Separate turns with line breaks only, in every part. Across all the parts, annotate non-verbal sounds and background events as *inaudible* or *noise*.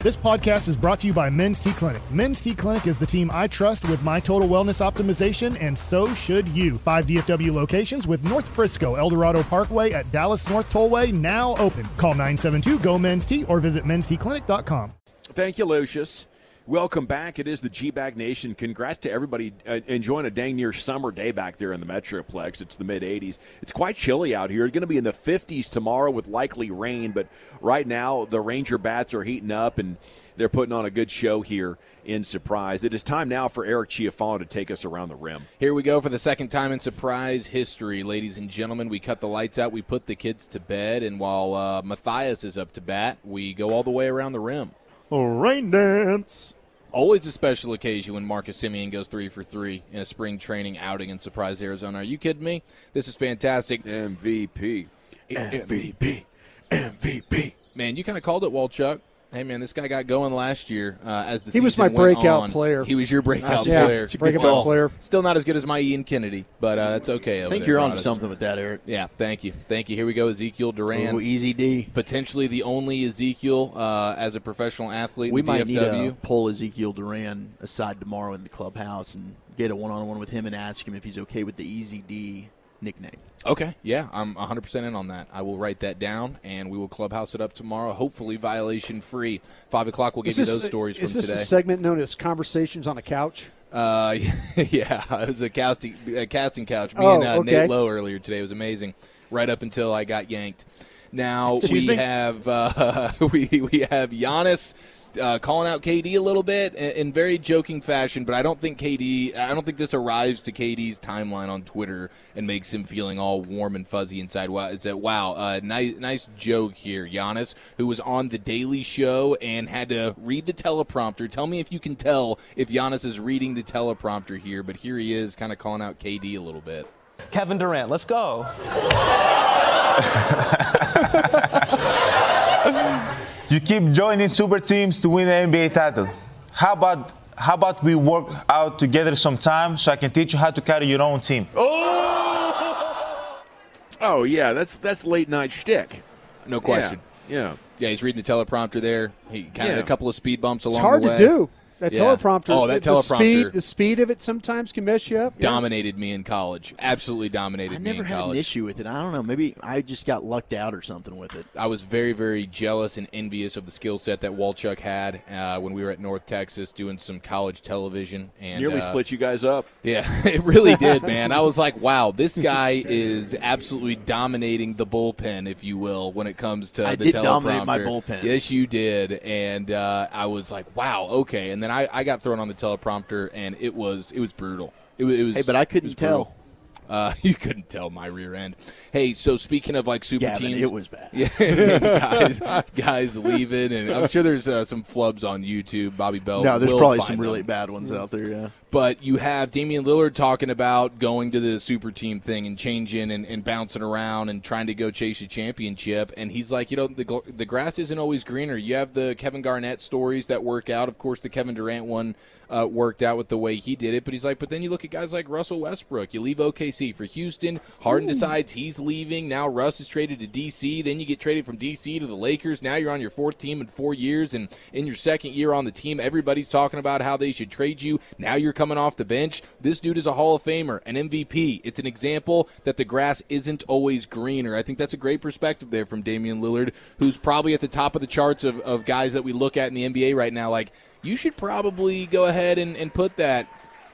This podcast is brought to you by Men's T Clinic. Men's T Clinic is the team I trust with my total wellness optimization, and so should you. Five DFW locations with North Frisco, Eldorado Parkway at Dallas North Tollway now open. Call 972 GO Men's T or visit mensteclinic.com.
Thank you, Lucius. Welcome back. It is the G Bag Nation. Congrats to everybody uh, enjoying a dang near summer day back there in the Metroplex. It's the mid 80s. It's quite chilly out here. It's going to be in the 50s tomorrow with likely rain, but right now the Ranger Bats are heating up and they're putting on a good show here in Surprise. It is time now for Eric Chiafalo to take us around the rim.
Here we go for the second time in Surprise history, ladies and gentlemen. We cut the lights out, we put the kids to bed, and while uh, Matthias is up to bat, we go all the way around the rim.
Rain dance.
Always a special occasion when Marcus Simeon goes three for three in a spring training outing in Surprise, Arizona. Are you kidding me? This is fantastic.
MVP.
MVP. MVP. Man, you kind of called it, Walchuk. Hey, man, this guy got going last year uh, as the
He was
season
my
went
breakout
on.
player.
He was your breakout
Yeah,
player.
breakout
Well,
player.
Still not as good as my Ian Kennedy, but uh, that's okay.
I think you're on something with that, Eric.
Yeah, thank you. Thank you. Here we go, Ezekiel Duran.
e-
Ooh, easy D.
Potentially the only Ezekiel uh, as a professional athlete. in
We
the
might need
DFW.
to pull Ezekiel Duran aside tomorrow in the clubhouse and get a one-on-one with him and ask him if he's okay with the easy D nickname.
Okay, yeah, I'm 100% in on that. I will write that down, and we will clubhouse it up tomorrow. Hopefully, violation free. Five o'clock, we'll give
Is
you
this-
those stories
is
from
this
today.
a segment known as Conversations on a Couch?
uh, *laughs* yeah, it was a casting a casting couch. Me
Oh,
and uh,
okay.
Nate Lowe earlier today It was amazing. Right up until I got yanked. Now we have uh, *laughs* we we have Giannis. Uh, calling out KD a little bit in, in very joking fashion, but I don't think KD, I don't think this arrives to KD's timeline on Twitter and makes him feeling all warm and fuzzy inside. Wow, it's a wow, uh, nice, nice joke here, Giannis, who was on the Daily Show and had to read the teleprompter. Tell me if you can tell if Giannis is reading the teleprompter here, but here he is, kind of calling out KD a little bit.
Kevin Durant, let's go.
You keep joining super teams to win the NBA title. How about how about we work out together sometime so I can teach you how to carry your own team?
Oh, yeah, that's that's late night shtick.
No question.
Yeah. yeah.
Yeah, he's reading the teleprompter there. He kind of
Yeah.
a couple of speed bumps along
It's hard
the
to
way.
do. That
Yeah.
teleprompter.
Oh, that
the- the
teleprompter.
speed, the speed of it sometimes can mess you up.
Dominated me in college. Absolutely dominated
I
me
never
in
had
college.
an issue with it. I don't know. Maybe I just got lucked out or something with it.
I was very, very jealous and envious of the skill set that Walchuk had uh, when we were at North Texas doing some college television. And
Nearly
uh,
split you guys up.
Yeah, *laughs* it really
*laughs*
did, man. I was like, wow, this guy is absolutely dominating the bullpen, if you will, when it comes to
I
the
did
teleprompter.
dominate my bullpen.
Yes, you did, and uh, I was like, wow, okay. And then I, I got thrown on the teleprompter, and it was it was brutal. It, wa- it was.
Hey, but I
it was
couldn't tell.
brutal. *laughs* Uh, you couldn't tell my rear end. Hey, so speaking of like super
Gavin,
teams,
it
*laughs*
was bad.
yeah, and guys, guys leaving, and I'm sure there's uh, some flubs on YouTube. Bobby Bell.
No, there's
will
probably
Oh, find
some really
them.
bad ones out there. Yeah.
But you have Damian Lillard talking about going to the super team thing and changing and, and bouncing around and trying to go chase a championship. And he's like, you know, the, gl- the grass isn't always greener. You have the Kevin Garnett stories that work out. Of course, the Kevin Durant one uh, worked out with the way he did it. But he's like, but then you look at guys like Russell Westbrook. You leave OKC for Houston. Harden decides he's leaving. Now Russ is traded to DC. Then you get traded from DC to the Lakers. Now you're on your fourth team in four years. And in your second year on the team, everybody's talking about how they should trade you. Now you're coming off the bench. This dude is a Hall of Famer, an MVP. It's an example that the grass isn't always greener. I think that's a great perspective there from Damian Lillard, who's probably at the top of the charts of, of guys that we look at in the NBA right now. Like, you should probably go ahead and, and put that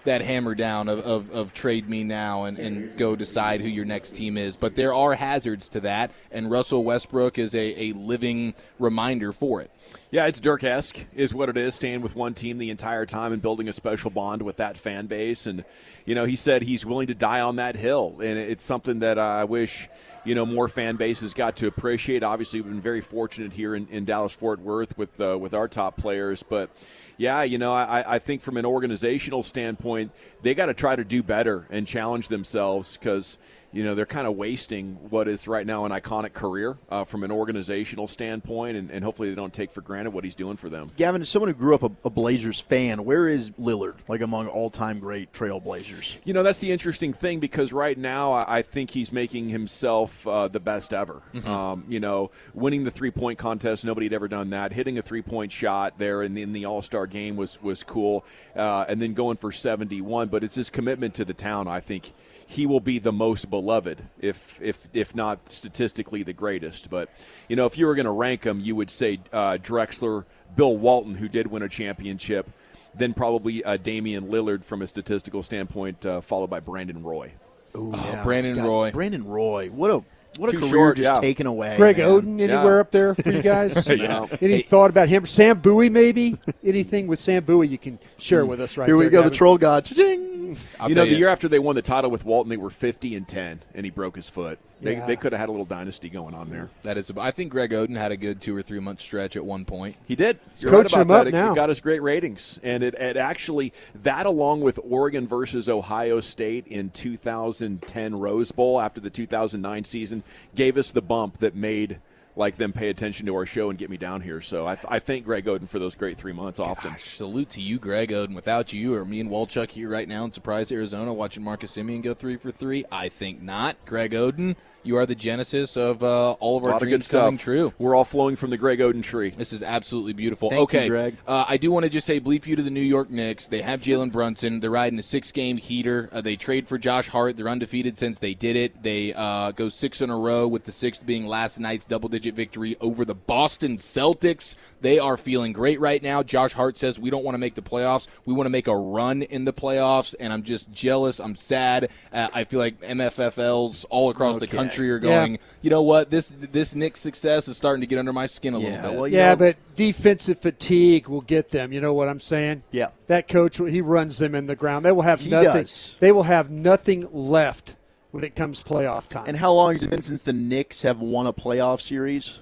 that hammer down of, of, of trade me now and, and go decide who your next team is. But there are hazards to that, and Russell Westbrook is a, a living reminder for it.
Yeah, it's Dirk esque, is what it is, staying with one team the entire time and building a special bond with that fan base. And, you know, he said he's willing to die on that hill. And it's something that uh, I wish, you know, more fan bases got to appreciate. Obviously, we've been very fortunate here in, in Dallas Fort Worth with, uh, with our top players. But, yeah, you know, I, I think from an organizational standpoint, they got to try to do better and challenge themselves because you know, they're kind of wasting what is right now an iconic career uh, from an organizational standpoint, and, and hopefully they don't take for granted what he's doing for them.
Gavin, as someone who grew up a, a Blazers fan, where is Lillard like among all-time great Trailblazers?
You know, that's the interesting thing because right now I I think he's making himself uh, the best ever. Um, you know, winning the three point contest, nobody had ever done that. Hitting a three point shot there in the, in the All Star game was was cool, uh, and then going for seventy one. But it's his commitment to the town. I think he will be the most beloved, if if if not statistically the greatest. But you know, if you were going to rank him, you would say uh, Drexler, Bill Walton, who did win a championship. Then probably uh, Damian Lillard from a statistical standpoint, uh, followed by Brandon Roy.
Ooh,
Brandon Roy.
Brandon Roy. What a what a
Too
career
short,
just
yeah.
taken away.
Greg
man.
Oden anywhere
Yeah.
up there
*laughs*
for you guys? Any thought about him? Sam Bowie maybe? Anything with Sam Bowie you can share with us right
Hmm. Here we
there,
go, the
Gavin?
troll god. Cha-ching.
I'll
you know,
tell
the year after they won the title with Walton, they were 50 and 10, and he broke his foot. They,
Yeah.
they could have had a little dynasty going on there.
that is. I think Greg Oden had a good two or three month stretch at one point.
He did. You're
coaching
right
him
about
up
that. It-
now.
It got us great ratings, and it, it actually that along with Oregon versus Ohio State in 2010 Rose Bowl after the 2009 season gave us the bump that made like them pay attention to our show and get me down here. So I, I thank Greg Oden for those great three months often.
Gosh, salute to you, Greg Oden. Without you, or me and Walchuk here right now in Surprise, Arizona, watching Marcus Simeon go three for three? I think not. Greg Oden, you are the genesis of uh, all of
A
our
lot of good
dreams
stuff.
coming true.
We're all flowing from the Greg Oden tree.
This is absolutely beautiful.
Thank you,
okay,
Greg.
Uh, I do want to just say bleep you to the New York Knicks. They have Jalen Brunson. They're riding a six-game heater. Uh, they trade for Josh Hart. They're undefeated since they did it. They uh, go six in a row, with the sixth being last night's double-digit victory over the Boston Celtics. They are feeling great right now. Josh Hart says we don't want to make the playoffs. We want to make a run in the playoffs, and I'm just jealous. I'm sad. Uh, I feel like MFFLs all across the
Okay.
country are
Yeah.
going. You know what? This this Knicks success is starting to get under my skin a
Yeah,
little bit.
well, you
Yeah,
know-
but defensive fatigue will get them. You know what I'm saying?
Yeah.
That coach, he runs them in the ground. They will have
He
nothing.
does.
They will have nothing left when it comes playoff time.
And how long has it been since the Knicks have won a playoff series?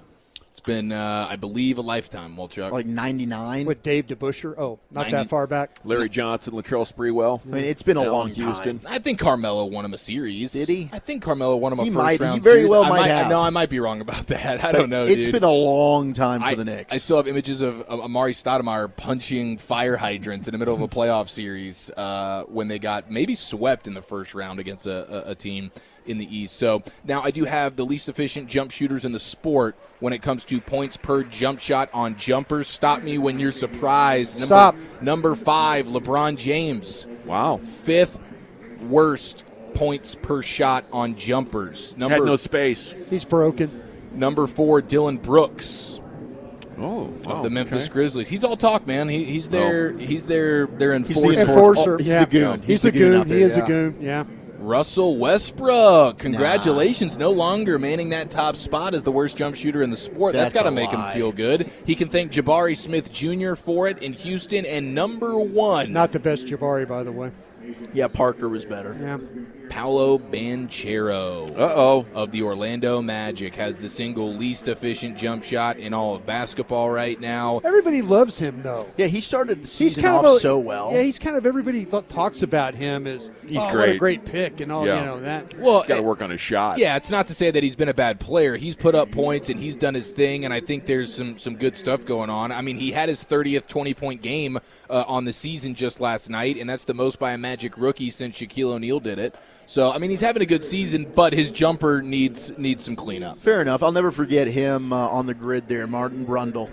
It's been, uh, I believe, a lifetime, Walchuk.
Like '99.
with Dave DeBuscher? Oh, not
90
that far back.
Larry Johnson, Latrell Sprewell.
I mean, it's been a
Allen
long
Houston.
time.
I think Carmelo won him a series.
Did he?
I think Carmelo won him a
He
first
might- he
round.
very
series.
well
I
might have.
No, I might be wrong about that. I don't know.
It's
dude.
been a long time for
I-
the Knicks.
I still have images of, of Amari Stoudemire punching fire hydrants in the middle of a playoff series uh, when they got maybe swept in the first round against a, a, a team in the East. So now I do have the least efficient jump shooters in the sport when it comes to points per jump shot on jumpers. Stop me when you're surprised. Number,
Stop.
Number five, LeBron James
Wow.
fifth worst points per shot on jumpers.
Had
Number
no space.
He's broken.
number four, Dylan Brooks
Oh,
of the Memphis Grizzlies. He's all talk, man. He, he's their he's their their
the
enforcer.
enfor-
Enforcer.
oh, he's
yeah.
the goon.
He's,
He's
the
the goon
goon.
out there,
he is a
yeah.
goon. Yeah.
Russell Westbrook, congratulations, no longer manning that top spot as the worst jump shooter in the sport. That's
That's
got to
a
make him
lie.
feel good. He can thank Jabari Smith Jr. for it in Houston. And number one,
Not the best Jabari, by the way.
yeah, Parker was better.
Yeah.
Paolo Banchero.
Uh oh.
of the Orlando Magic has the single least efficient jump shot in all of basketball right now.
Everybody loves him, though.
Yeah, he started the
He's
season
kind
off
of a-
so well.
Yeah, he's kind of everybody th- talks about him as he's What a
great.
great pick and all.
Yeah.
You know that.
Well,
Got to work on his shot.
yeah, it's not to say that he's been a bad player. He's put up points and he's done his thing, and I think there's some some good stuff going on. I mean, he had his 30th 20 point game uh, on the season just last night, and that's the most by a Magic rookie since Shaquille O'Neal did it. So, I mean, he's having a good season, but his jumper needs needs some cleanup.
Fair enough. I'll never forget him uh, on the grid there, Martin Brundle,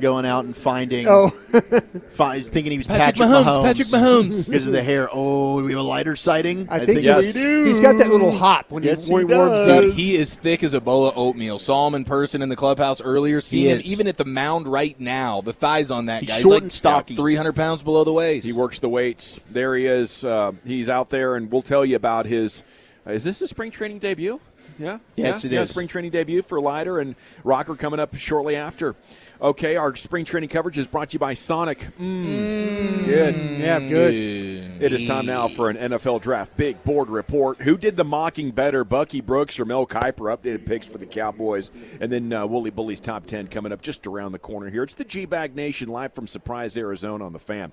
going out and finding,
Oh,
fi- thinking he was
Patrick
Patrick,
Mahomes,
Mahomes,
Patrick Mahomes.
*laughs* because of the hair. Oh, do we have a lighter sighting?
I think,
it's-
he's- he's got that little hop when
Yes,
he, when
he
warms
does.
up.
Dude, he is thick as a bowl of oatmeal. Saw him in person in the clubhouse earlier. Seeing him
is.
even at the mound right now. The thighs on that
He's
guy.
short
like
and stocky.
300 pounds below the waist.
He works the weights. There he is. Uh, he's out there, and we'll tell you about his. uh, is this a spring training debut? Yeah.
Yes,
yeah?
it
yeah,
is.
Spring training debut for Leiter and Rocker coming up shortly after. Okay, our spring training coverage is brought to you by Sonic. Mm. Good.
Yeah, good.
It is time now for an NFL draft big board report. Who did the mocking better, Bucky Brooks or Mel Kiper? Updated picks for the Cowboys. And then uh, Wooly Bully's top 10 coming up just around the corner here. It's the G Bag Nation live from Surprise, Arizona on the fan.